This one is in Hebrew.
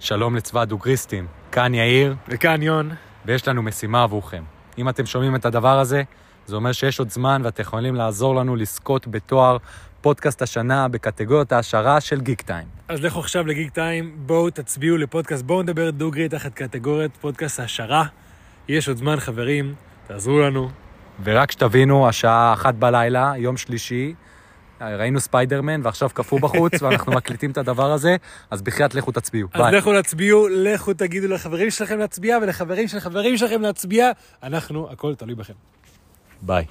שלום לצבא הדוגריסטים, כאן יאיר, וכאן יון. ויש לנו משימה עבורכם. אם אתם שומעים את הדבר הזה, זה אומר שיש עוד זמן ואתם יכולים לעזור לנו לזכות בתואר פודקאסט השנה בקטגוריית ההשערה של גיק טיים. אז לכו עכשיו לגיק טיים, בואו תצביעו לפודקאסט בואו נדבר דוגרי תחת קטגוריית פודקאסט העשרה. יש עוד זמן חברים, תעזרו לנו. ורק שתבינו, השעה אחת בלילה, יום שלישי, ראינו ספיידרמן ועכשיו קפוא בחוץ ואנחנו מקליטים את הדבר הזה, אז בחייאת לכו תצביעו. אז לכו להצביעו, לכו תגידו לחברים שלכם להצביע ולחברים של חברים שלכם להצביע, אנחנו, הכל תלוי בכם. ביי.